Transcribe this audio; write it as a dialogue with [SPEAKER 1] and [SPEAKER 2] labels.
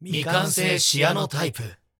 [SPEAKER 1] 未完成シアノタイプ。